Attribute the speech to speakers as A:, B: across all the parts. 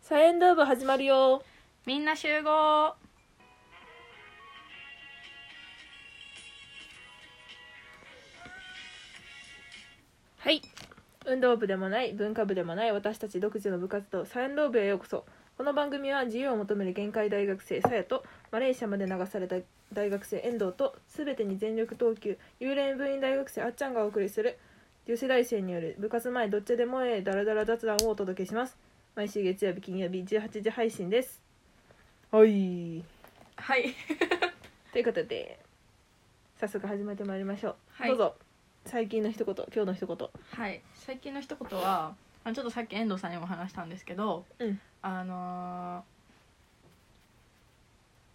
A: サイエンドーブ始まるよ
B: みんな集合
A: はい運動部でもない文化部でもない私たち独自の部活動サイエンドーブへようこそこの番組は自由を求める限界大学生さやとマレーシアまで流された大学生遠藤と全てに全力投球幽霊部員大学生あっちゃんがお送りする女子大生による部活前どっちでもええダラダラ雑談をお届けします毎週月曜日金曜日18時配信ですはい
B: はい
A: ということで早速始めてまいりましょう、
B: はい
A: どうぞ最近の一言今日の一言
B: はい最近の一言はあのちょっとさっき遠藤さんにも話したんですけど
A: うん
B: あの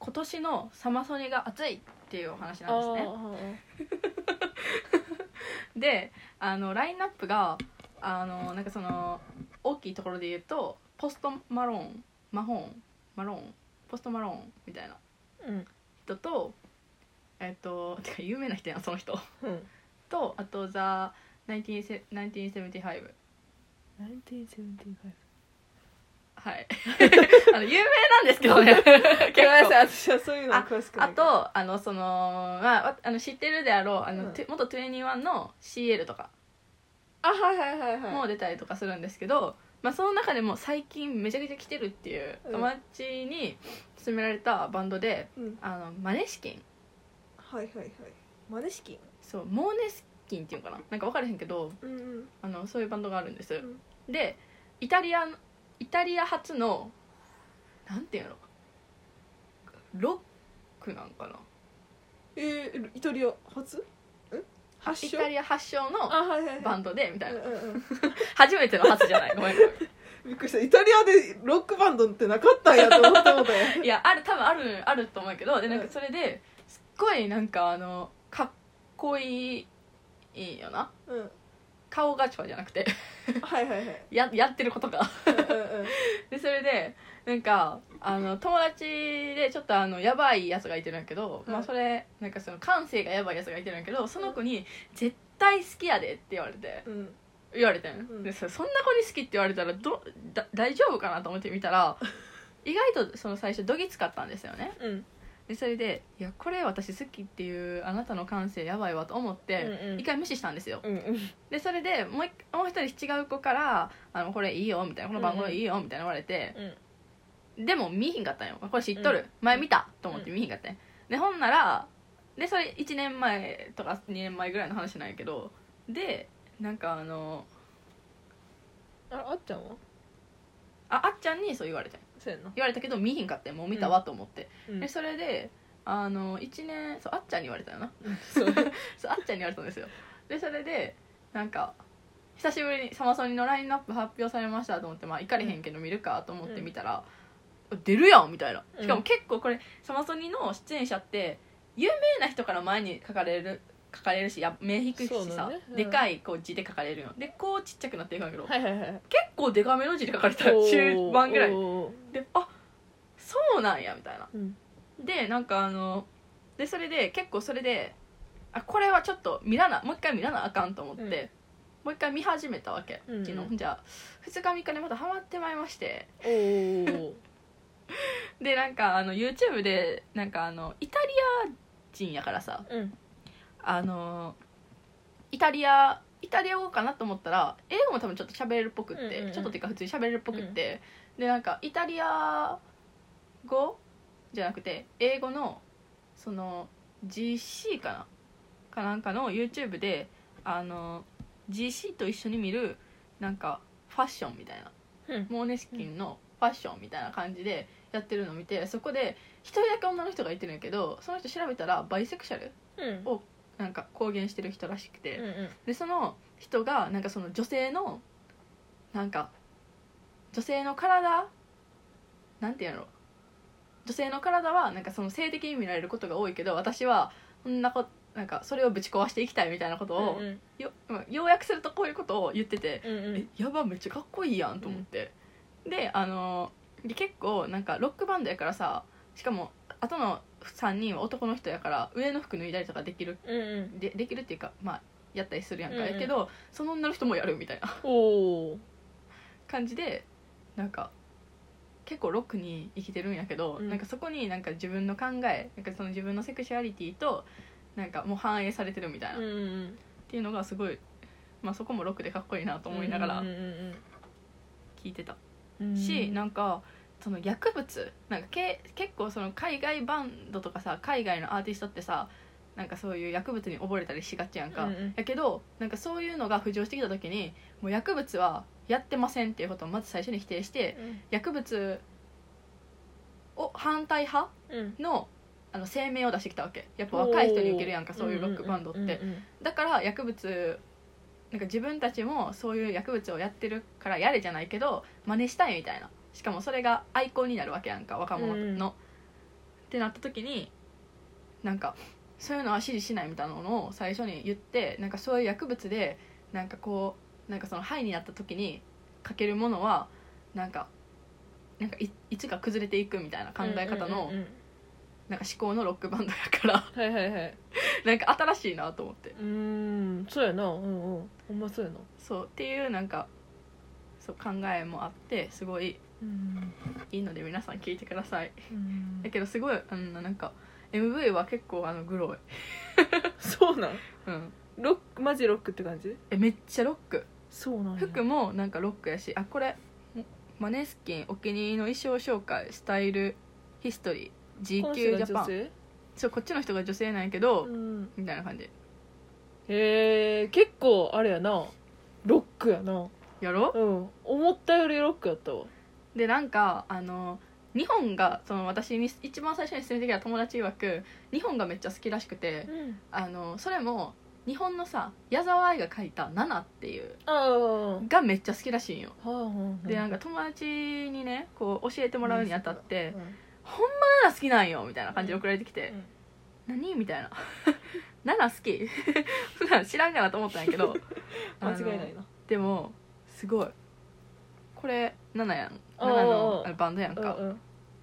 B: ー今年のサマソニが熱いっていうお話なんですねであのラインナップがあのなんかその大きいところで言うとポストマローンマホーンマローンポストマローンみたい
A: あ
B: な
A: ーあーうん
B: 人とえっ、とてか有名な人やんその人
A: うん
B: とあとザ19 1975はい。 あの有名なんですけどね。
A: ごめんなさ
B: 結構
A: い私はそういうの詳しくな
B: あ
A: い
B: とあのそのまあわあの知ってるであろうあの、
A: うん
B: て元21の CL とか
A: あはいはいはいはい
B: も出たりとかするんですけど、まあその中でも最近めちゃくちゃ来てるっていう
A: うん
B: 友達に勧められたバンドで、
A: うん
B: あのマネシキン
A: はいはいはいマネシキン
B: そうモーネスキンっていうのかななんか分からへんけど
A: うんうん
B: あのそういうバンドがあるんです、
A: ん
B: でイタリアのイタリア初のなんていうのロックなんかな
A: えー、イタリア初ん発
B: イ
A: 祥
B: タリア発祥の
A: あはいはい
B: バ
A: はい
B: ンドでみたいな
A: うんうんうん
B: 初めての初じ ゃないごめんごめ
A: びっくりしたイタリアでロックバンドってなかったんやと思ってもうた よ
B: んいやある多分あるあると思うけどでなん
A: う
B: か
A: ん
B: それですっごいなんかあのかっこいいいいよな
A: うん
B: 顔がちょじゃなくて
A: はいはいはい
B: ややってることが
A: うんうんうん
B: でそれでなんかあの友達でちょっとあのやばいやつがいてるんやけど、
A: うん
B: まあ、それなんかその感性がやばいやつがいてるんやけどその子に「絶対好きやで」って言われて
A: うん
B: 言われてん、
A: うん
B: でそそんな子に好きって言われたらどだ大丈夫かなと思って見 たら意外とその最初どぎつかったんですよね
A: うん
B: でそれで「いやこれ私好きっていうあなたの感性やばいわ」と思って、
A: うんうん
B: 一回無視したんですよ
A: うんうん
B: でそれでもう一もう一人違う子から「あのこれいいよ」みたいな「この番号いいよ」みたいな言われて、
A: うん
B: でも見ひんかったんよこれ知っとる、
A: うん
B: 前見たと思って見ひんかったんよでほんならでそれ1年前とか2年前ぐらいの話なんやけどでなんかあの
A: ああっちゃんは
B: ああっちゃんにそう言われたんよ
A: そうやんな
B: 言われたけど見ひんかったんよもう見たわと思って、
A: うん
B: でそれであの1年そうあっちゃんに言われたよな
A: そう
B: そうあっちゃんに言われたんですよでそれでなんか久しぶりにサマソニのラインナップ発表されましたと思ってまあ行かれへんけど見るかと思って見たら、出るやんみたいな
A: うん
B: しかも結構これサマソニの出演者って有名な人から前に書かれる書かれるしや目引くし
A: そうな
B: さ、
A: のねうん
B: でかいこう字で書かれるよでこうちっちゃくなっていくんやけ ど、
A: はいはいはい
B: 結構でかめの字で書かれた中盤ぐらい
A: おー
B: であそうなんやみたいな
A: うん
B: でなんかあのでそれで結構それであこれはちょっと見らなもう一回見らなあかんと思って、
A: うん
B: もう一回見始めたわけ、
A: うんうん
B: 昨日じゃあ2日3日でまたハマってまいりまして
A: おー
B: でなんかあの YouTube でなんかあのイタリア人やからさ
A: うん
B: あのイタリアイタリア語かなと思ったら英語も多分ちょっと喋れるっぽくって、
A: うんうんうん
B: ちょっとっていうか普通に喋れるっぽくって、でなんかイタリア語じゃなくて英語のその GC かなかなんかの YouTube であの GC と一緒に見るなんかファッションみたいな
A: うん
B: モーネスキンのファッションみたいな感じでやってるのを見てそこで一人だけ女の人がいてるんやけどその人調べたらバイセクシャル
A: うん
B: なんか公言してる人らしくて、
A: うんうん
B: でその人がなんかその女性のなんか女性の体なんて言うんやろ女性の体はなんかその性的に見られることが多いけど私はそんなこなんかそれをぶち壊していきたいみたいなことを、
A: うん
B: よまあ要約するとこういうことを言ってて、
A: うんうん
B: えやばめっちゃかっこいいやんと思って、であので結構なんかロックバンドやからさしかも後の3人は男の人やから上の服脱いだりとかできる
A: うんうん
B: でできるっていうかまあやったりするやんか、
A: うんうん
B: やけど その女の人もやるみたいな
A: おー
B: 感じでなんか結構ロックに生きてるんやけど、
A: うん
B: なんかそこになんか自分の考えなんかその自分のセクシュアリティとなんかもう反映されてるみたいな、
A: うん
B: っ
A: うん
B: ていうのがすごい、まあ、そこもロックでかっこいいなと思いながら
A: うんうん
B: 聞いてた、
A: うん
B: し
A: うん
B: なんかその薬物なんかけ結構その海外バンドとかさ海外のアーティストってさなんかそういう薬物に溺れたりしがちやんか、
A: うんうん
B: やけどなんかそういうのが浮上してきた時にもう薬物はやってませんっていうことをまず最初に否定して薬物を反対派
A: うん
B: のあの声明を出してきたわけやっぱ若い人に受けるやんか
A: おー
B: そういうロックバンドって、
A: うんうんうん
B: だから薬物なんか自分たちもそういう薬物をやってるからやれじゃないけど真似したいみたいなしかもそれがアイコンになるわけやんか若者の、
A: うん
B: ってなった時になんかそういうのは支持しないみたいなのを最初に言ってなんかそういう薬物でなんかこうなんかそのハイになった時にかけるものはなんかなんかいいつか崩れていくみたいな考え方
A: う
B: の
A: んうんうん
B: なんか思考のロックバンドやから
A: はいはいはい
B: なんか新しいなと思って
A: うーんそうやなうんうんほんまそうやな
B: そうっていうなんかそう考えもあってすごい
A: うん
B: いいので皆さん聞いてください
A: うん
B: だけどすごいあのなんか MV は結構あのグロい、
A: そうなん
B: うん、
A: ロックマジロックって感じ
B: えめっちゃロック
A: そうなんや
B: 服もなんかロックやしあこれもマネスキンお気に入りの衣装紹介スタイルヒストリー GQ ジャパン
A: ン
B: そうこっちの人が女性なんやけど、
A: うん
B: みたいな感じ
A: へえ結構あれやなロックやな
B: やろ
A: うん思ったよりロックやったわ
B: でなんかあの日本がその私に一番最初に勧めてきた友達曰く日本がめっちゃ好きらしくて、
A: うん
B: あのそれも日本のさ矢沢愛が書いた「ナナ」っていう
A: ああは
B: がめっちゃ好きらしいんよ
A: あはあ
B: でなんか友達にねこう教えてもらうにあたって
A: うん
B: 「ほんまナナ好きなんよ」みたいな感じで送られてきて
A: うん
B: 「何?」みたいな 「ナナ好き? 」 普段知らんかなと思ったんやけど
A: 間違いな
B: あ
A: い
B: の
A: な
B: でもすごいこれナナやん
A: あー
B: ナナのあのバンドやんか
A: うんうん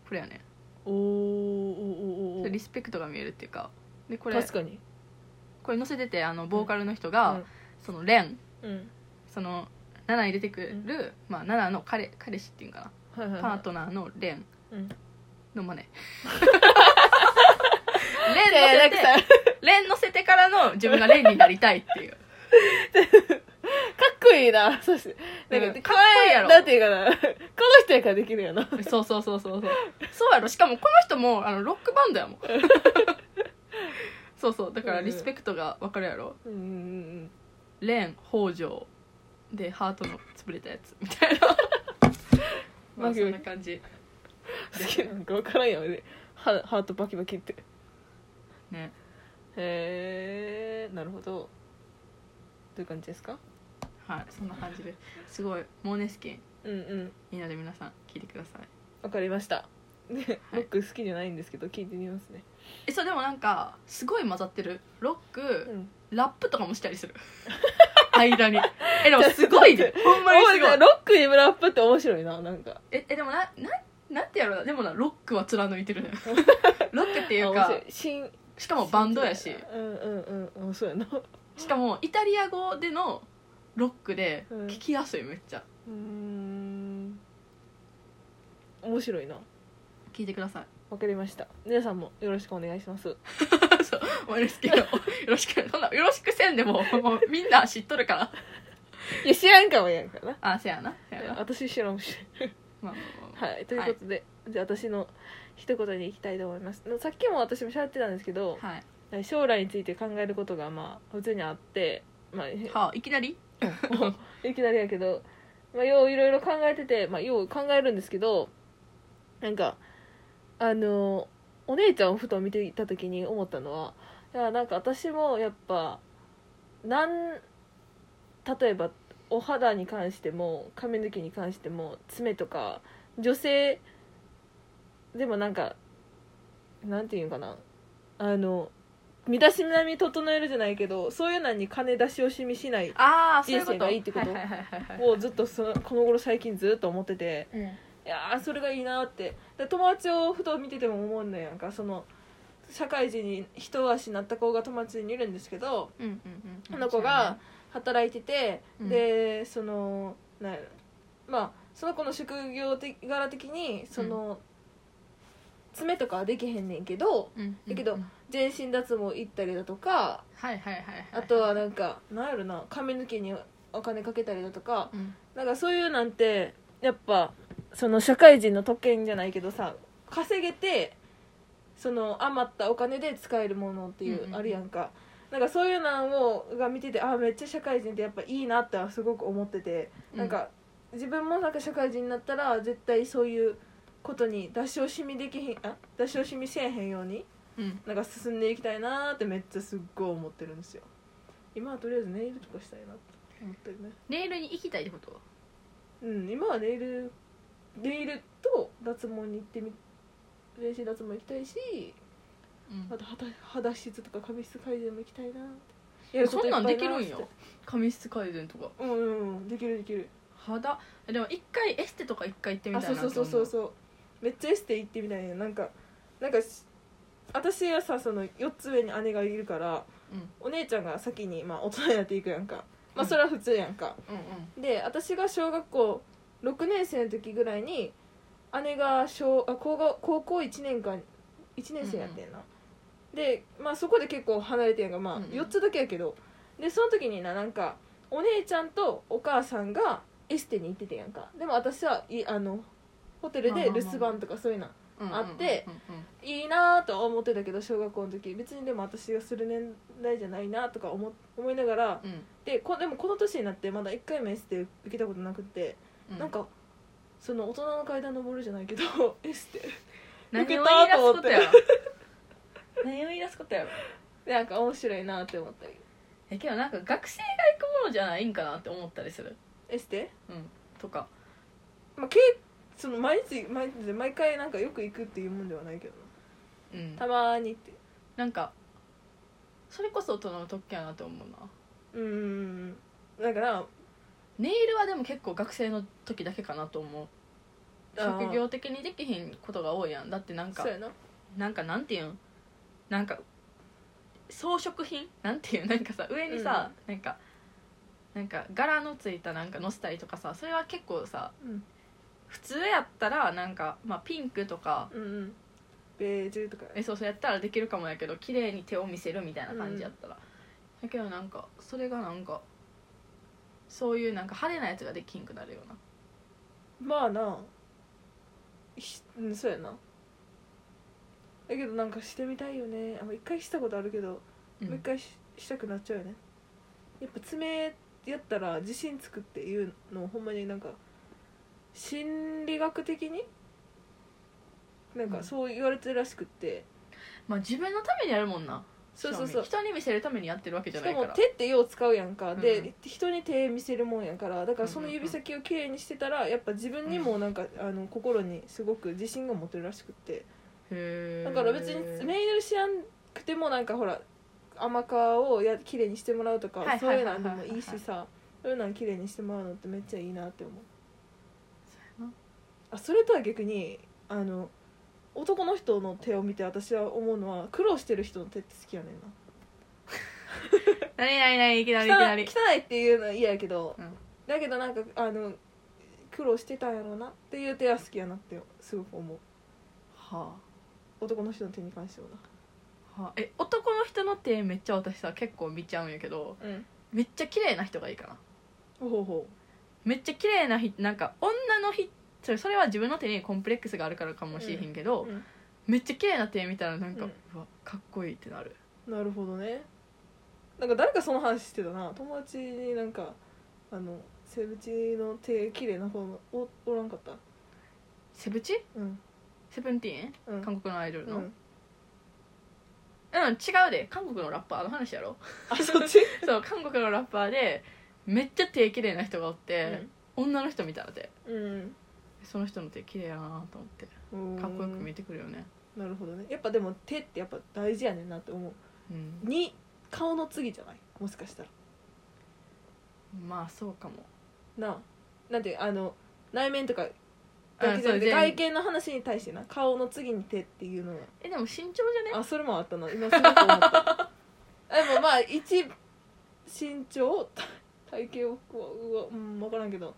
B: これやね
A: おーおーおーお
B: で
A: ー
B: リスペクトが見えるっていうかでこれ
A: 確かに
B: これ載せててあのボーカルの人が、そのレン
A: うんうん
B: その7に出てくる、
A: う
B: まあ、7の彼彼氏っていうんか
A: はいは
B: ないパ
A: は
B: ー
A: い
B: トナーのレン
A: うん
B: の 真似
A: いやいや
B: レン
A: な
B: 乗せ
A: ん
B: て
A: かさ
B: レン乗せてからの自分がレンになりたいっていう
A: かっこいいなそうしなん
B: うん
A: か
B: かっこいいやろ
A: なんていうかなこの人やからできるやな
B: そうそうそうそうそうそうやろしかもこの人もあのロックバンドやもんそうそうだからリスペクトが分かるやろ
A: うんうんうん
B: レン北条でハートの潰れたやつみた いなまあそんな感じ
A: 好きなんか分からんやんねハハートバキバキって
B: ね
A: へえなるほどどういう感じですか
B: はいそんな感じですごいモーネスキン
A: うんうん
B: いいので皆さん聞いてください
A: わかりましたね僕好きじゃないんですけど聞いてみますね
B: えそうでもなんかすごい混ざってるロック、
A: うん
B: ラップとかもしたりする 間にえでもすごいねほんまにすごい
A: ロックにラップって面白いななんか
B: ええでもなななんてやろうなでもなロックは貫いて るねロックっていう
A: あ面
B: か
A: 白い新
B: しかもバンドやし
A: うんうんうんうんそうやな
B: しかもイタリア語でのロックで
A: うん
B: 聞きやすいめっちゃ
A: うーん面白いな
B: 聞いてください
A: わかりました皆さんもよろしくお願いします
B: そうモーネスキンをよろしくそんなよろしくせんでももうみんな知っとるから
A: いや知らんかもやんからな
B: あせやなせや
A: い
B: な
A: や
B: まあ
A: 私知らんし
B: まあまあ
A: はい、ということで、じゃあ私の一言に行きたいと思いますさっきも私も喋ってたんですけど
B: はい、
A: 将来について考えることがまあ普通にあって、まあ、
B: はあ、いきなり
A: いきなりやけど、まあ、よういろいろ考えてて、まあ、よう考えるんですけどなんかあのお姉ちゃんをふと見ていた時に思ったのはいやなんか私もやっぱなん例えばお肌に関しても髪の毛に関しても爪とか女性でもなんかなんていうのかなあの身だしなみ整えるじゃないけどそういうのに金出し惜しみしない
B: ああそういう
A: 人
B: こ
A: 生
B: と
A: がいいってこと
B: はいはいはいはいはい
A: をずっとそのこの頃最近ずっと思ってていやーそれがいいなってで友達をふと見てても思うんだよなんかその社会人に一足なった子が友達にいるんですけど
B: うんうんうん
A: あの子が働いてて、
B: うん
A: でそのなんやろまあその子の職業的柄的にその、爪とかはできへんねんけど
B: うん
A: だけど
B: うん
A: 全身脱毛行ったりだとか
B: はいはいはいはい
A: あとはなんかなんやろな髪の毛にお金かけたりだとか
B: うん
A: なんかそういうなんてやっぱその社会人の特権じゃないけどさ稼げてその余ったお金で使えるものってい
B: うんうんう
A: うんあるやんか、なんかそういうのをが見ててあめっちゃ社会人ってやっぱいいなってはすごく思ってて、
B: うん
A: なんか自分もなんか社会人になったら絶対そういうことに出し惜しみできへんあ出し惜しみせえへんように
B: うん
A: なんか進んでいきたいなーってめっちゃすっごい思ってるんですよ今はとりあえずネイルとかしたいなって思ってるね
B: ネイルに行きたいってこと
A: うん今はネイルネイルと脱毛に行ってみ練習脱毛行きたいし
B: うん
A: あと肌肌質とか髪質改善も行きたいなって
B: えそんなんできるん
A: やこ
B: や
A: といっ
B: 髪質改善とか
A: ぱいなーってうんうんうんできるできる
B: 肌えでも一回エステとか一回行ってみ
A: あ
B: た
A: そ
B: いうな
A: そうそうそうそうめっちゃエステ行ってみたいねなんかなんかし私はさその4つ上に姉がいるからお姉ちゃんが先に、まあ、大人になっていくやんかまあ
B: うん
A: それは普通やんか、
B: うんうん
A: で私が小学校6年生の時ぐらいに姉が小あ高校高校1年間1年生やってんな、で、まあ、そこで結構離れてんやんか、まあ、
B: うんうん
A: 4つだけやけどでその時にななんかお姉ちゃんとお母さんがエステに行っててんやんかでも私はいあのホテルで留守番とかそういうの
B: うんうん
A: あって
B: うんうん
A: いいなとは思ってたけど小学校の時別にでも私がする年代じゃないなとか思思いながら
B: うん
A: でこでもこの年になってまだ1回もエステ受けたことなくて、
B: うん
A: なんかその大人の階段登るじゃないけど エステ
B: 何を
A: 受け
B: 言い
A: た
B: 出
A: と
B: す
A: 思
B: こ
A: っ
B: と
A: て
B: やろ 何を言い出すことやろ
A: でなんか面白いなって思ったり
B: えけどなんか学生が行くものじゃないんかなって思ったりする
A: エステ、
B: うんとか
A: まあ、けその毎日毎日毎回なんかよく行くっていうもんではないけどな
B: うん
A: たまにって
B: なんかそれこそ大人の特権やなと思うな
A: うんうんうんだから
B: ネイルはでも結構学生の時だけかなと思う
A: あー
B: 職業的にできひんことが多いやんだってなんか
A: そうやな
B: なんかなんていうんなんか装飾品なんていうんなんかさ上にさ、なんかなんか柄のついたなんかのせたりとかさそれは結構さ
A: うん
B: 普通やったらなんか、まあ、ピンクとか
A: うんうんベージュとか
B: えそうそうやったらできるかもやけど綺麗に手を見せるみたいな感じやったら、だけどなんかそれがなんかそういうなんか派手なやつができんくなるような
A: まあなひうんそうやなだけどなんかしてみたいよねあの一回したことあるけど、もう一回ししたくなっちゃうよねやっぱ爪やったら自信つくっていうのほんまになんか心理学的になん
B: う
A: か
B: ん
A: そう言われてるらしくって、
B: まあ自分のためにやるもんな
A: そうそうそう
B: 正味人に見せるためにやってるわけじ
A: し
B: ゃな
A: か
B: いか
A: も
B: ら
A: 手ってよう使うやんか、
B: うん
A: で人に手見せるもんやからだからその指先をきれいにしてたらやっぱ自分にもなんか、あの心にすごく自信が持てるらしくって
B: へ
A: だから別にメイルしやんくてもなんかほら甘皮をや綺麗にしてもらうとか
B: はい
A: そう
B: はいいうはいはいはい
A: のでもいいしさそういうの綺麗にしてもらうのってめっちゃいいなって思う
B: そうやな
A: あそれとは逆にあの男の人の手を見て私は思うのは苦労してる人の手って好きやねん
B: なになになにいきなりいき
A: な
B: な
A: 汚い
B: り
A: 汚いっていうのは嫌やけど、
B: うん
A: だけどなんかあの苦労してたんやろうなっていう手は好きやなってすごく思う
B: は
A: 男の人の手に関しては
B: あ、はあ、え男の人の手めっちゃ私さ結構見ちゃうんやけど
A: なうん
B: めっちゃ綺麗な人がいいかな
A: ほうほうほ
B: めっちゃ綺麗な人なんか女の人それそれは自分の手にコンプレックスがあるからかもしれへんけど、
A: う、うん
B: めっちゃ綺麗な手見たらなんか、
A: うん
B: うわかっこいいってなる
A: なるほどねなんか誰かその話してたな友達になんかあのセブチの手綺麗な方のおおらんかった
B: セブチ
A: うん
B: セブンティーン、
A: うん
B: 韓国のアイドル
A: う
B: のうん、
A: ん、
B: 違うで韓国のラッパーの話 やろ
A: あそっ ち、
B: そう韓国のラッパーでめっちゃ手綺麗な人がおって、女の人見たらで
A: うん
B: その人の手綺麗やなと思って
A: うん
B: かっこよく見えてくるよね
A: なるほどねやっぱでも手ってやっぱ大事やねんなって思
B: うん
A: うに顔の次じゃないもしかしたら
B: まあそうかも
A: なあなんてあの内面とかだけじゃ
B: あそ
A: な
B: う
A: くて外
B: 全
A: 見の話に対してな顔の次に手っていうのが
B: えでも身長じゃね
A: あそれもあったな今すごく思った でもまあ一 身長体型をうわうわうん分からんけど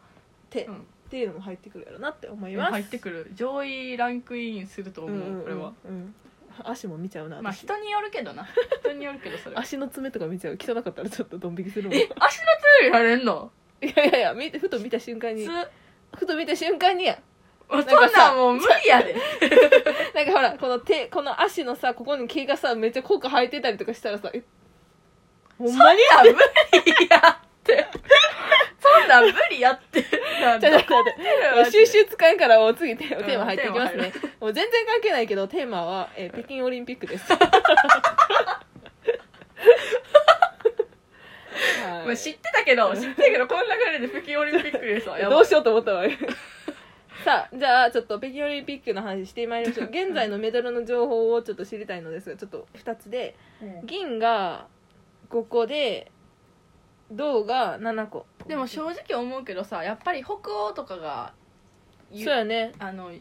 A: 手
B: うん
A: っていうのも入ってくるやろなって思います
B: 入ってくる上位ランクインすると思
A: うんうんうん
B: うこれは
A: うん足も見ちゃうな、
B: まあ
A: 私
B: 人によるけ どな人によるけどそれは
A: 足の爪とか見ちゃう汚かったらちょっとドン引きするもんい
B: え足の爪やれんの
A: や いやいや見てふと見た瞬間
B: つ
A: にふと見た瞬間にや
B: そんなんもう無理 やで
A: なんかほらこの手この足のさここに毛がさめっちゃ効果生えてたりとかしたらさえほん
B: そん
A: ま
B: な
A: に
B: ん無理やってそんなん無理やってなん
A: ちょっと待って
B: マジ で
A: 収集つかんからもう次テーマ
B: うん
A: テーマ入っていきますね
B: テ
A: もう全然関係ないけどテーマは、えー北京オリンピック ですはい
B: まあ知ってたけど知ってたけどこんなぐらいで北京オリンピックでさやばい
A: どうしようと思 ったわさあじゃあちょっと北京オリンピックの話してまいり ましょう現在のメダルの情報をちょっと知りたいのですがちょっと2つで
B: うん
A: 銀が5個で銅が7個
B: でも正直思うけどさやっぱり北欧とかが
A: そう
B: ゆ
A: やね
B: あの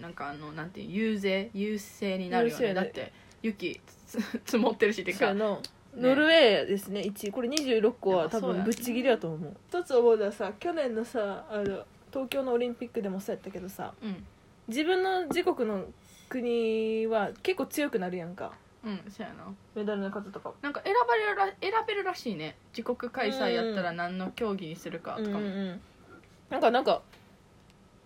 B: なんかあのなんていう優勢優勢になるよ
A: 優勢
B: ね
A: やね
B: だって雪つ 積もってるしって
A: そう
B: か
A: やなノルウェーですね1位これ26個は多
B: そうや
A: 分
B: ね
A: ぶっちぎりやと思う一つ思うのはさ去年のさあの東京のオリンピックでもそうやったけどさ
B: うん
A: 自分の自国の国は結構強くなるやんか
B: うんそうやな
A: メダルの数とかも
B: なんか選ばれるら選べるらしいね自国開催やったら何の競技にするかと
A: うん
B: か
A: う
B: も、
A: んうんなんかなんか、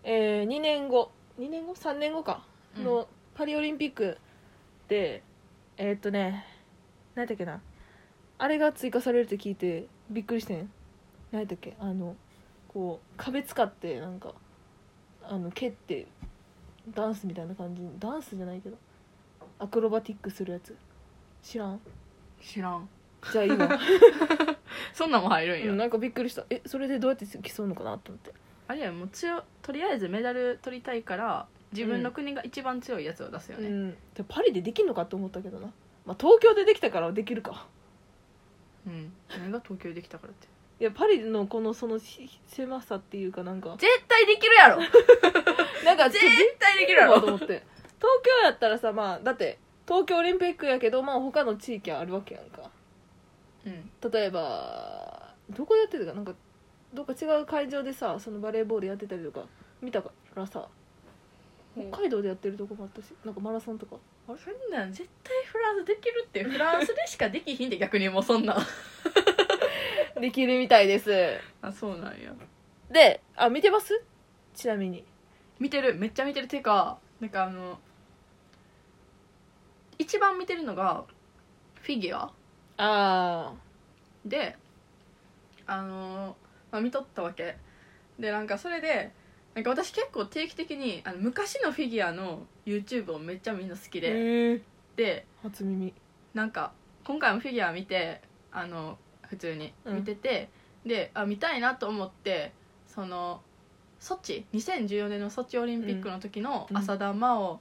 A: えー、2年後2年後3年後か
B: うん
A: のパリオリンピックで、えーっとね何だっけなあれが追加されるって聞いてびっくりしてん何だっけあのこう壁使ってなんかあの蹴ってダンスみたいな感じダンスじゃないけどアクロバティックするやつ知らん
B: 知らん
A: じゃあ今、
B: そんなんも入るんや、
A: うんなんかびっくりしたえそれでどうやって競うのかなと思って
B: あれやもう強とりあえずメダル取りたいから自分の国が一番強いやつを出すよね、
A: うん、でパリでできんのかと思ったけどな、まあ、東京でできたからできるか
B: うん、何が東京できたからって
A: いやパリのこのそのひ狭さっていうかなん か
B: 絶対できるやろ絶
A: なんかちょっとで
B: 対でき
A: き
B: る
A: る
B: や
A: な
B: ろ
A: と思って東京やったらさまあだって東京オリンピックやけどまあ他の地域はあるわけやんか
B: うん
A: 例えばどこでやってたかなんかどっか違う会場でさそのバレーボールやってたりとか見たからさ北海道でやってるとこもあったしなんかマラソンとか
B: そんなん絶対フランスできるってフランスでしかできひんで逆にもうそんな
A: できるみたいです
B: あそうなんや
A: であ見てますちなみに
B: 見てるめっちゃ見てるてかなんかあの一番見てるのがフィギュア
A: ああ
B: であのーまあ、見とったわけでなんかそれでなんか私結構定期的にあの昔のフィギュアの YouTube をめっちゃみんな好きで、
A: へえ
B: で
A: 初耳
B: なんか今回もフィギュア見てあの普通に
A: うん
B: 見てて、であ見たいなと思ってそのソチ2014年のソチオリンピックの時の
A: うん
B: 浅田真央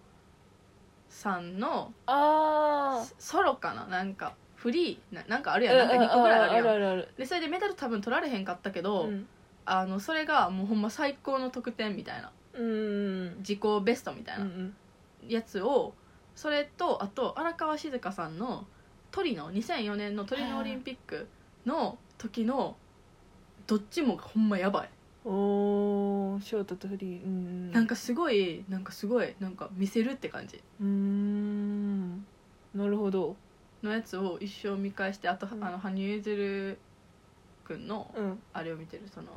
B: さんの
A: あ
B: ソロかななんかフリーななんかある
A: あ
B: やんなんか2個ぐらいあるやん
A: あるある
B: でそれでメダル多分取られへんかったけ
A: あ
B: ど、
A: るうん
B: あのそれがもうほんま最高の得点みたいな
A: うんうん
B: 自己ベストみたいな
A: うん
B: やつをそれとあと荒川静香さんのトリノ2004年のトリノオリンピックの時のどっちもほんまやばい、
A: おーショートとフリーうん
B: なんかすごいなんかすごいなんか見せるって感じ
A: うーんなるほど
B: のやつを一生見返してあと、
A: うん
B: あの羽生結弦君の
A: うん
B: あれを見てるその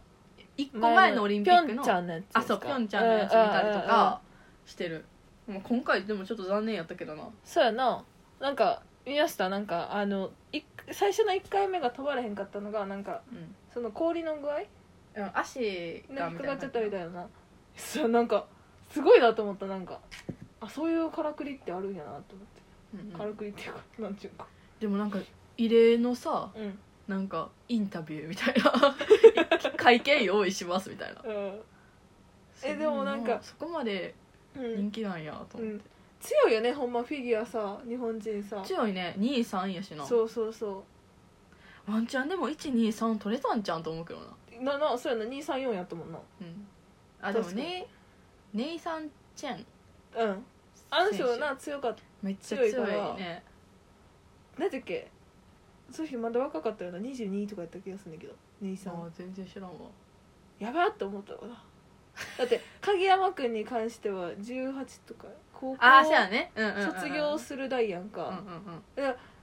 B: 一個前のオリンピック
A: ピョ
B: の
A: ンチャンのやつ
B: あそうピョンチャンのやつ見たりとかしてる、もう今回でもちょっと残念やったけどな
A: そうやななんか見ましたなんかあのい最初の1回目が飛ばれへんかったのがなんか
B: うん
A: その氷の具合
B: うん足が
A: が引
B: み
A: っか
B: たい
A: か
B: な
A: っちゃったみたいなそうなんかすごいなと思ったなんかあそういうからくりってあるんやなと思って
B: うんうん
A: からくりっていうかなんちゅうか
B: でもなんか異例のさ
A: うん
B: なんかインタビューみたい な会見用意しますみたいな
A: うんえでもなんか
B: そこまで
A: うん
B: 人気なんやと思って、
A: 強いよねほんまフィギュアさ日本人さ
B: 強いね2位3位やしな
A: そうそうそ
B: ワンチャンでも123取れたんちゃうんと思うけどな、
A: うななそうやな234やったもんな
B: うん、あでも
A: 確かに
B: ねネイサン・チェン
A: うんあの人
B: 選手
A: な強かった
B: めっちゃ強い
A: 強いから
B: ね
A: 何だっけその人まだ若かったよな22とかやった気がするんだけど
B: あ
A: 23
B: ー全然知らんわ
A: やばっと思ったわだ って影山君に関しては18とか高校
B: ああそうやね、うんうんうんうん、
A: 卒業する代やん
B: うんう
A: か、
B: ん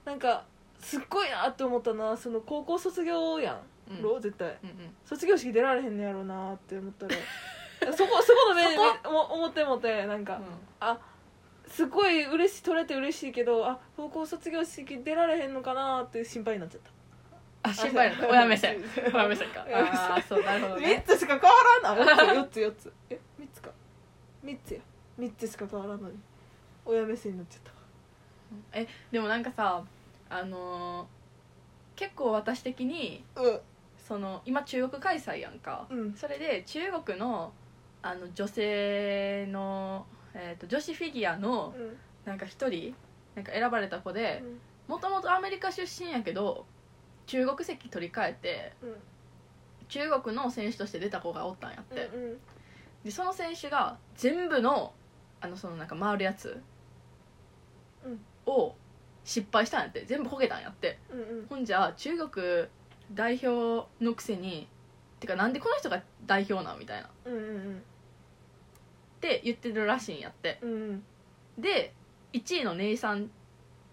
A: なんかすっごいなって思ったなその高校卒業や
B: うん
A: んろ、絶対
B: うんうん
A: 卒業式出られへんねやろうなって思ったらそこそこの目でも思ってもってなんか、あすごい嬉しい取れて嬉しいけどあ高校卒業式出られへんのかなって心配になっちゃった
B: あ心配だった親目線親目 線か
A: 親目線
B: ああそうなるほど
A: 三
B: ね
A: つしか変わらんな四つ四つえ三つか三つや三つしか変わらんのに親目線になっちゃった
B: えでもなんかさあのー結構私的に
A: うん
B: その今中国開催やんか、
A: うん
B: それで中国のあの女性の、えー、と女子フィギュアの
A: うん
B: なんか一人なんか選ばれた子で
A: う
B: もともとアメリカ出身やけど中国籍取り替えて
A: ん
B: 中国の選手として出た子がおったんやって、
A: うん
B: でその選手が全部のあのそのなんか回るやつ
A: うん
B: を失敗したんやって全部こけたんやって
A: うんうん
B: ほんじゃ中国代表のくせにてかなんでこの人が代表なんみたいなっ
A: うんうん
B: て言ってるらしいんやって
A: うんうん
B: で1位のネイサン・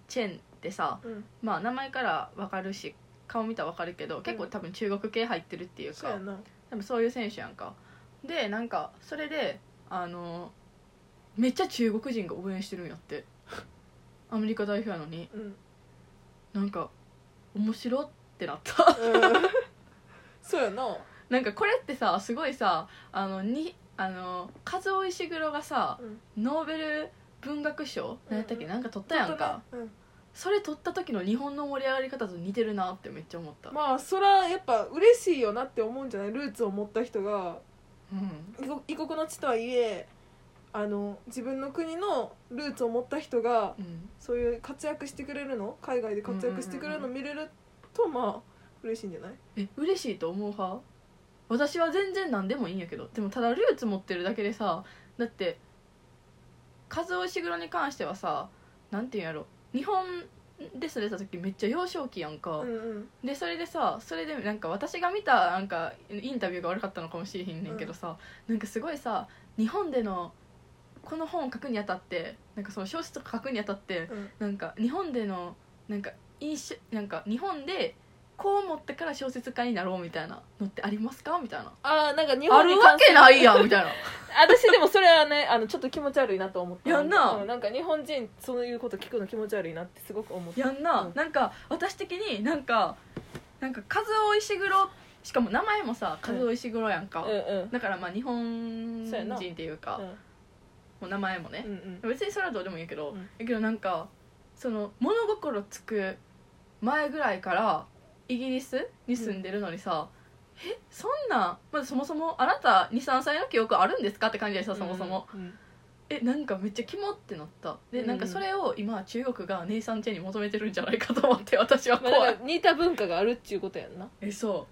B: チェンってさ
A: うん
B: まあ名前から分かるし顔見たら分かるけど結構多分中国系入ってるっていう
A: そ
B: か、
A: うやな
B: 多分そういう選手やんかでなんかそれであのめっちゃ中国人が応援してるん やってアメリカ代表やのに
A: うん
B: なんか面白ってなった
A: そうやな
B: なんかこれってさすごいさあのにあの数尾石黒がさ
A: うん
B: ノーベル文学賞何やったっけ、
A: うん
B: なんか取ったやんか
A: うん
B: それ取った時の日本の盛り上がり方と似てるなってめっちゃ思った、
A: まあそらやっぱ嬉しいよなって思うんじゃないルーツを持った人が
B: うん
A: 異国異国の地とはいえあの自分の国のルーツを持った人が
B: うん、
A: そういう活躍してくれるの海外で活躍してくれるの見れるとまあ嬉しいんじゃない
B: え嬉しいと思う派私は全然何でもいいんやけどでもただルーツ持ってるだけでさだって和尾石黒に関してはさなんていうんやろ日本で育てた時めっちゃ幼少期やんか、
A: うんうん
B: でそれでさそれでなんか私が見たなんかインタビューが悪かったのかもしれへんねんけどさ、なんかすごいさ日本でのこの本を書くにあたってなんかその小説とか書くにあたって
A: うん
B: なんか日本でのなんか印象なんか日本でこう思ってから小説家になろうみたいなのってありますかみたいな
A: ああなんか日
B: あ
A: 本に
B: るわ
A: 関す
B: けないやんみたいな
A: 私でもそれはね あのちょっと気持ち悪いなと思った
B: やんな
A: うんなんか日本人そういうこと聞くの気持ち悪いなってすごく思った
B: やんな、
A: うん
B: なんか私的になんかなんか和尾石黒しかも名前もさ和尾石黒やんか、
A: うんうん
B: だからまあ日本
A: そうやな
B: 人っていうか
A: うん
B: もう名前もね
A: う、ん
B: 別にそれはどうでもいいけど、
A: うん
B: だけどなんかその物心つく前ぐらいからイギリスに住んでるのにさ、えそんなまずそもそもあなた23歳の記憶あるんですかって感じでさそもそも、
A: うん
B: えなんかめっちゃキモってなったで、
A: うん
B: なんかそれを今中国がネイサン・チェンに求めてるんじゃないかと思って私は
A: まあ
B: 怖
A: だ
B: い
A: から似た文化があるっちゅうことやんな
B: えそ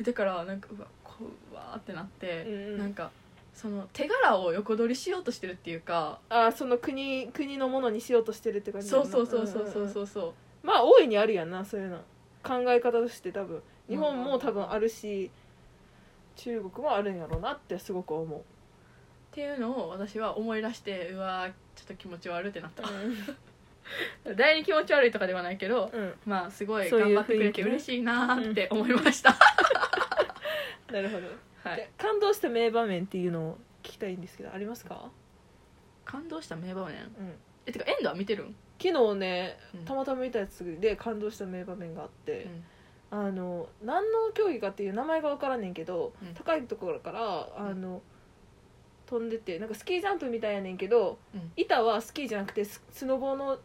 B: うだからなんかうわこうわーってなって、
A: うんうん
B: なんかその手柄を横取りしようとしてるっていうか
A: ああその国国のものにしようとしてるって感じや
B: そ
A: ん
B: う
A: な
B: そうそうそうん
A: んん
B: そうそうそう、
A: まあ大いにあるやんなそういうの考え方として多分日本も多分あるし中国もあるんやろうなってすごく思う
B: っていうのを私は思い出してうわーちょっと気持ち悪いってなった 誰に気持ち悪いとかではないけど
A: うん
B: まあすごい
A: そうい
B: 頑
A: う
B: 張ってく
A: 雰囲
B: れて
A: 気ね
B: 嬉しいなーって思いま した、
A: なるほど、
B: はい
A: で感動した名場面っていうのを聞きたいんですけどありますか、
B: 感動した名場
A: う
B: 面
A: ん、
B: えてかエンドは見てるん、
A: 昨日ね
B: うん
A: たまたま見たやつで感動した名場面があって、あの何の競技かっていう名前が分からんねんけど、
B: うん
A: 高いところからあの、飛んでてなんかスキージャンプみたいやねんけど、
B: うん
A: 板はスキーじゃなくてススノボの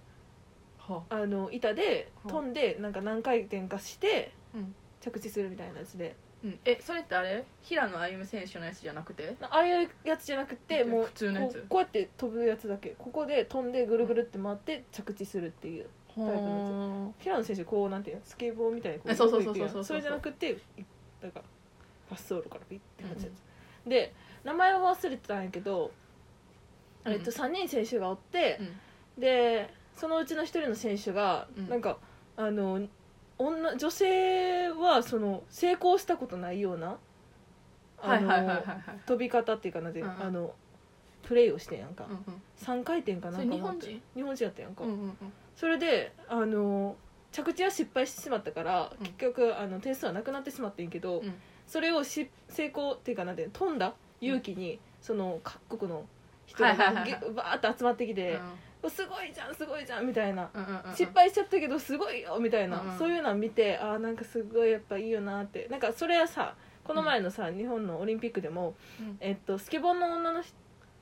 B: は
A: あの板で
B: はい
A: 飛んでなんか何回転かして
B: うん
A: 着地するみたいなやつで
B: うん、えそれってあれ平野歩夢選手のやつじゃなくて
A: なああいうやつじゃなくてもう
B: 普通のやつ
A: こうこうやって飛ぶやつだけここで飛んでぐるぐるって回って着地するっていう
B: ほー
A: 平野選手こうなんていうのスケボーみたいにこ
B: え
A: う
B: そうそう
A: 動いてるやん
B: そう
A: そ
B: そ
A: れ
B: うそうそう
A: じゃなくていなんか滑走路からピッて感じやつ、で名前は忘れてたんやけど、
B: うん
A: えっと、3人選手がおって
B: う、ん
A: でそのうちの1人の選手が、
B: うん
A: なんかあの女女性はその成功したことないような
B: は
A: あ
B: い
A: の
B: はいはいはいはい
A: 飛び方っていうかなんていう
B: うん
A: の,、
B: うん
A: あのプレイをしてんやんか、
B: うん
A: 3回転か
B: うん
A: な
B: そ
A: ん
B: れ
A: か
B: 日
A: 回
B: 本
A: って
B: 人
A: 日本人やったやんか、
B: うんうんうん
A: それであの着地は失敗してしまったから、
B: うん
A: 結局あの点数はなくなってしまってんけど、
B: うん
A: それをし成功っていうかなんていうの飛んだ勇気に、その各国の人が
B: はいはいはい
A: げ
B: は
A: バーって集まってき
B: うん
A: て「すごいじゃんすごいじゃん」みたいな。
B: うんうんうん
A: 失敗しちゃったけどすごいよみたいな、
B: うんうん
A: そういうのを見てあーなんかすごいやっぱいいよなってなんかそれはさこの前のさ、日本のオリンピックでも、
B: うん
A: えっと、スケボーの女の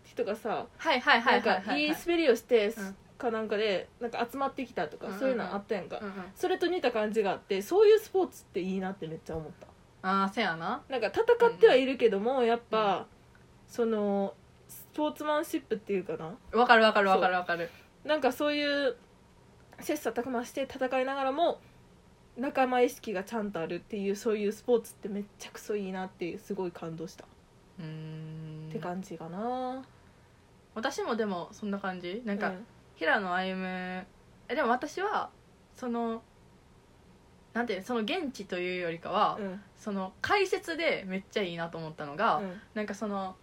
A: 人がさ
B: はいはいは
A: ないん
B: はい
A: か
B: はいい
A: い
B: はい
A: 滑りをして
B: うん
A: かなんかでなんか集まってきたとか、
B: うんうんうん
A: そういうのあったやんか、
B: うんうん
A: それと似た感じがあってそういうスポーツっていいなってめっちゃ思った
B: ああせやな
A: なんか戦ってはいるけども、やっぱ、そのスポーツマンシップっていうかな
B: わかるわかるわかるわかる
A: なんかそういう切磋琢磨して戦いながらも仲間意識がちゃんとあるっていうそういうスポーツってめっちゃくそいいなっていうすごい感動した、
B: うーん
A: って感じかな
B: 私もでもそんな感じな
A: なん
B: か、平野歩夢えでも私はそのなんていうのその現地というよりかは、
A: うんうん
B: その解説でめっちゃいいなと思ったのが、
A: うん
B: なんかその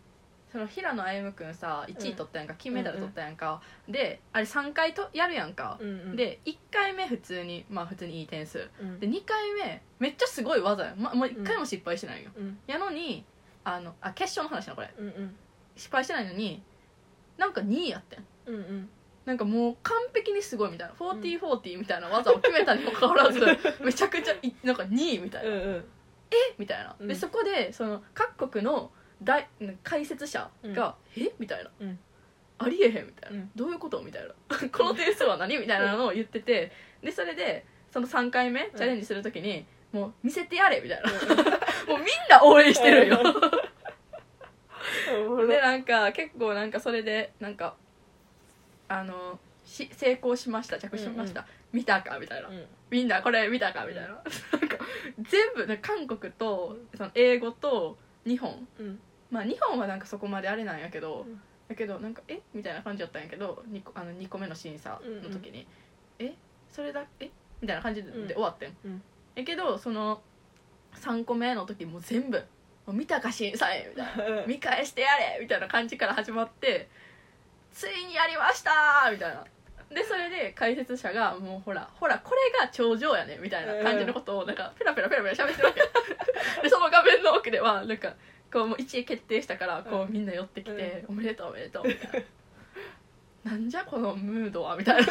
B: その平野歩夢君さ1位取ったやんか、金メダル取ったやんか、であれ3回とやるやんか、
A: うんうん、
B: で1回目普通にまあ普通にいい点数
A: うん
B: で2回目めっちゃすごい技やん、ま、もう1回も失敗してないよ、
A: うん
B: やのにあのあ決勝の話なこれ
A: うんうん
B: 失敗してないのになんか2位やってん
A: うんうん
B: なんかもう完璧にすごいみたいな4040みたいな技を決めたにもかかわらずめちゃくちゃいなんか2位みたいな、
A: うんうん
B: みたいな、
A: うん
B: でそこでその各国の大解説者が「えみたいな、
A: うん
B: ありえへん」みたいな、
A: うん
B: どういうこと?」みたいな「 この点数は何?」みたいなのを言っててでそれでその3回目チャレンジするときに「もう見せてやれ」みたいなもうみんな応援 してるよ
A: おもろ
B: でなんか結構なんかそれでなんかあのし成功しました着手しました、見たかみたいな、
A: うん
B: みんなこれ見たかみたいな,、なんか全部なんか韓国とその英語と日本
A: うん
B: まあ日本はなんかそこまであれなんやけど、
A: うん
B: だけどなんかえみたいな感じだったんやけど 2, 個あの2個目の審査の時に、えそれだえみたいな感じで
A: うん
B: 終わってん、
A: うん
B: やけどその3個目の時もう全部「もう見たか審査員」みたいな。 見返してやれみたいな感じから始まってついにやりましたーみたいなでそれで解説者がもうほらほらこれが頂上やねみたいな感じのことをなんかペラペラペラペラ喋ってるわけでその画面の奥ではなんかこうもう1位決定したからこうみんな寄ってきて「おめでとうおめでとう」みたい な「なんじゃこのムードは」みたいな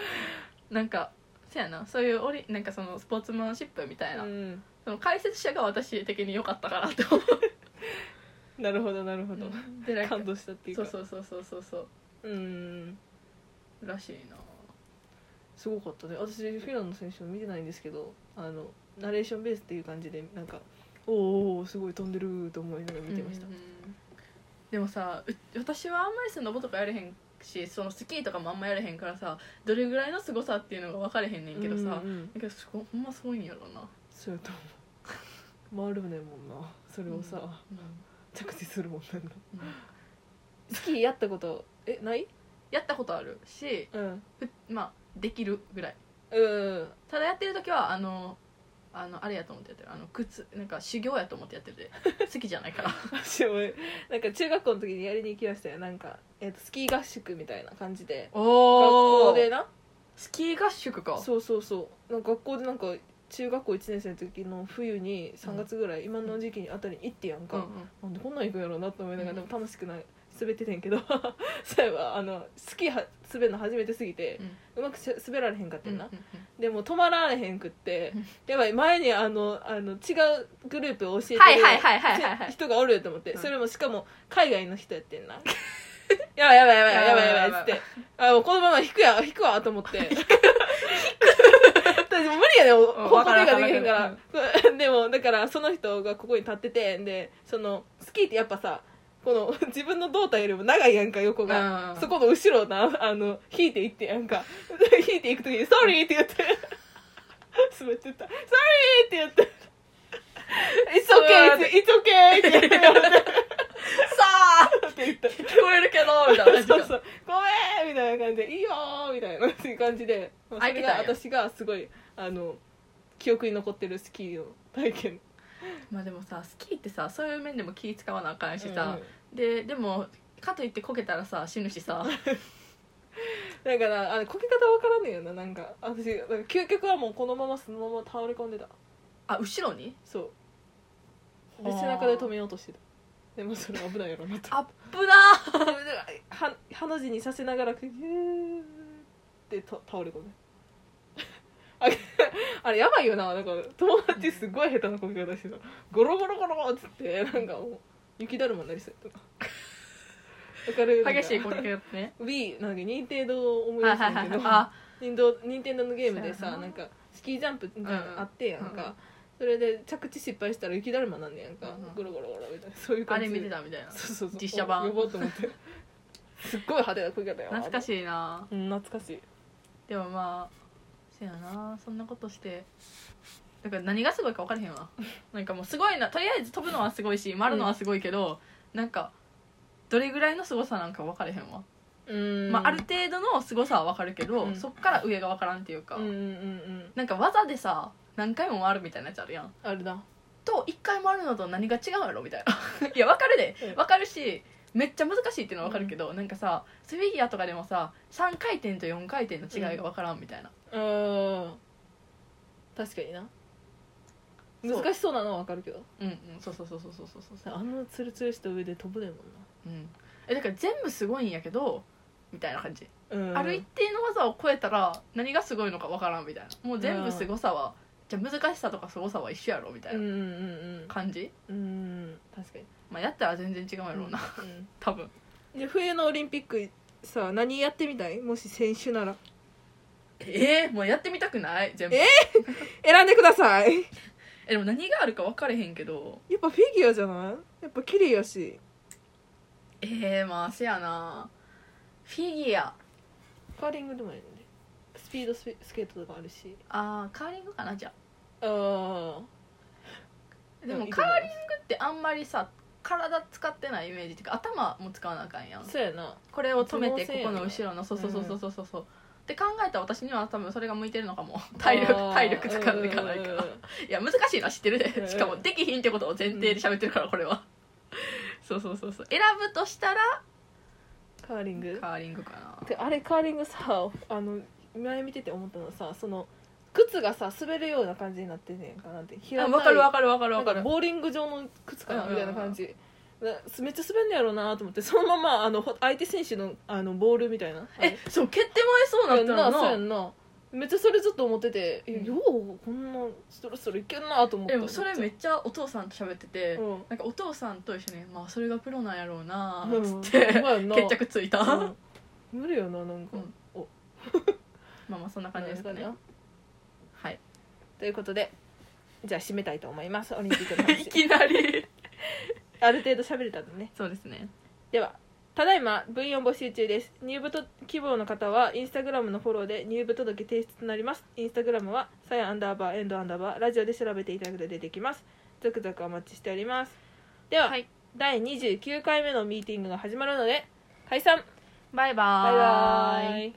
B: なんかそやなそういうオリなんかそのスポーツマンシップみたいな、
A: うん
B: その解説者が私的に良かったかなって思う
A: なるほどなるほど、
B: でなん か
A: 感動したっていう
B: そ
A: か
B: うそうそうそうそうそう
A: うん
B: うらしいな
A: すごかったね私フィランの選手も見てないんですけどあのナレーションベースっていう感じでなんかおーおーすごい飛んでると思いながら見てました
B: うんうんうんでもさう私はあんまりスノボとかやれへんしそのスキーとかもあんまやれへんからさどれぐらいのすごさっていうのが分かれへんねんけどさ、だ
A: うんうん
B: けどすごいほんますごいんやろな、
A: そうやと思う回るねんもんなそれをさ、
B: うん
A: 着地するもんなんだ
B: うん
A: スキーやったことえない
B: やったことあるし
A: うん
B: ふまあできるぐらい
A: うん
B: ただやってる時はあのあのあれやと思ってやってるあの靴なんか修行やと思ってやってるで好きじゃない から
A: 私もなんか中学校の時にやりに行きましたよなんか、えっとスキー合宿みたいな感じで学
B: お
A: 校
B: お
A: でな
B: スキー合宿か
A: そうそうそうなんか学校でなんか中学校1年生の時の冬に3月ぐらい、今の時期にあたりに行ってやんか、
B: うんうん
A: なんでこんなん行くんやろうなと思いながら、
B: うん
A: でも楽しくない滑っててんけど そういえばあのスキーは滑るの初めてすぎて、うまくし滑られへんかってんな、
B: うんうんうん
A: でも止まられへんくって
B: うん
A: やばい前にあのあの違うグループを教えてる
B: はいはいはいはいはいはい
A: 人がおると思って、
B: うん
A: それもしかも海外の人やってんな やばいやばいやばいやばいやばいっつってあもうこのまま引くや引くわと思って 私もう無理やねん
B: ん
A: 方向転換できへんか
B: わからる、
A: そう でもだからその人がここに立っててでそのスキーってやっぱさこの 自分の胴体よりも長いやんか横が、
B: うん
A: そこの後ろをなあの引いていってやんか 引いていく時に「ソリー!」って言って 滑ってった「ソリ ー!」って言って「It's okay! It's, it's okay!」って言 って
B: さあ
A: って言った
B: 聞こえるけどみたいな感じ
A: そうそう「ごめん!」みたいな感じで「いいよ!」みたいなそういう感じでまあそ
B: 開い
A: れ
B: てたん
A: が
B: や
A: 私がすごいあの記憶に残ってるスキーの体験
B: まあでもさスキーってさそういう面でも気使わなあかんし
A: うんう
B: さ
A: ん、
B: ででもかといってこけたらさ死ぬしさ
A: だからあのこけ方わからんねんよななんか私なんか究極はもうこのままそのまま倒れ込んでた
B: あ後ろに
A: そう
B: は
A: で
B: あ
A: 背中で止めようとしてたでもそれ危ないや ろなと
B: アップだ
A: はハの字にさせながらヒューってと倒れ込んであれあれやばいよなだから友達すごい下手なこけ方してたゴロゴロゴロっつってなんかもう雪だるまになりそう やったなわかるなんか
B: 激しいこけ だってね
A: Wii なんか任天堂を思い出
B: は
A: す
B: いはい
A: んだけ
B: はい
A: ど
B: あ
A: 任堂任天堂のゲームで
B: そう
A: さ
B: やな
A: なんかスキージャンプみたいなのあってやんか、
B: うんうん
A: それで着地失敗したら雪だるまなんねやんか、
B: うんうん
A: ゴロゴロゴロみたいなそういう
B: あ
A: 感じ
B: れ見てたみたいな
A: そうそうそう
B: 実写版
A: お呼ぼうと思って すっごい派手な声だよ
B: 懐か
A: い
B: しいな
A: 懐かしい
B: でもまあせやなそんなことしてだから何がすごいか分からへんわ なんかもうすごいなとりあえず飛ぶのはすごいし回るのはすごいけど、なんかどれぐらいのすごさなんか分からへんわ、
A: うん
B: まあ、ある程度のすごさは分かるけど、
A: うん
B: そっから上が分からんっていうか、
A: うんうんうんうん
B: なんか技でさ何回も回るみたいなやつあるやん
A: あるな
B: と一回回るのと何が違うやろみたいな いや分かるで
A: うん
B: 分かるしめっちゃ難しいっていうのは分かるけど、なんかさスフィギュアとかでもさ3回転と4回転の違いが分からんみたいな、
A: うん確かにな
B: そう
A: 難しそうなのはわかるけど
B: うんうんそうそうそうそうそうそうそう
A: あのツルツルした上で飛ぶねんもん
B: うんえだから全部すごいんやけどみたいな感じ、
A: な、うん、
B: ある一定の技を超えたら何がすごいのか分からんみたいなもう全部すごさは、じゃあ難しさとかすごさは一緒やろみた
A: う
B: い
A: ん
B: な
A: うんうん
B: 感じ、
A: うんうん確かに
B: まあ、やったら全然違うやろうな、
A: うん
B: 多分
A: で冬のオリンピックさ何やってみたいもし選手なら
B: ええもうやってみたくない全部
A: え選んでください
B: えでも何があるか分かれへんけど
A: やっぱフィギュアじゃないやっぱ綺麗やし
B: ええまあせやなフィギュア
A: カーリングでもいいねスピードスピスケートとかあるし
B: あーカーリングかなじゃ
A: あ
B: あでもカ
A: カ
B: ー
A: ー
B: リングってあんまりさ体使ってないイメージっていうか頭も使わなあかんやん
A: そうやな
B: これを止めて
A: 頭
B: こ
A: 脳戦
B: こ
A: やな
B: の後ろのそうそうそうそううんそうそうって考えたら私には多分それが向いてるのかも体力体力使うんでいかないから
A: ら
B: いや難しいな知ってる
A: うんう
B: で
A: ん
B: しかもできひんってことを前提で喋ってるからこれはそうそうそうそう選ぶとしたら
A: カーリング
B: カーリングかな
A: であれカーリングさあの前見てて思ったのはさその靴がさ滑るような感じになってんねんかなんて平
B: あ
A: たい
B: 分かる分かる分かる分か
A: なん
B: る
A: ボーリング場の靴かな
B: うんうんう
A: み
B: ん
A: たいな感じなめっちゃ滑んのやろうなと思ってそのままあのほ相手選手のあのボールみたいな
B: えそう蹴ってま
A: あ
B: いそ
A: れ
B: うなった
A: そうや
B: のなん
A: なめっちゃそれずっと思ってて、え
B: うん
A: ようこんなそろそろいけんなと思った
B: でもそれめっちゃお父さんと喋ってて、
A: うん
B: なんかお父さんと一緒に「まあそれがプロなんやろうな」
A: うん
B: つって
A: ほんまやな
B: 決着ついた、
A: うん無理よななんか、
B: うん まあまあそんな感じですかね
A: な
B: はい
A: ということでじゃあ締めたいと思い ますオリンピックの
B: い
A: 話
B: きなり
A: ある程度喋れたのね
B: そうですね
A: ではただいま部員を募集中です入部と希望の方はインスタグラムのフォローで入部届提出となりますインスタグラムはさやアンダーバーエンドアンダーバーラジオで調べていただくと出てきます続々お待ちしておりますでは、
B: はい
A: 第29回目のミーティングが始まるので解散
B: バイバ
A: バイバーイ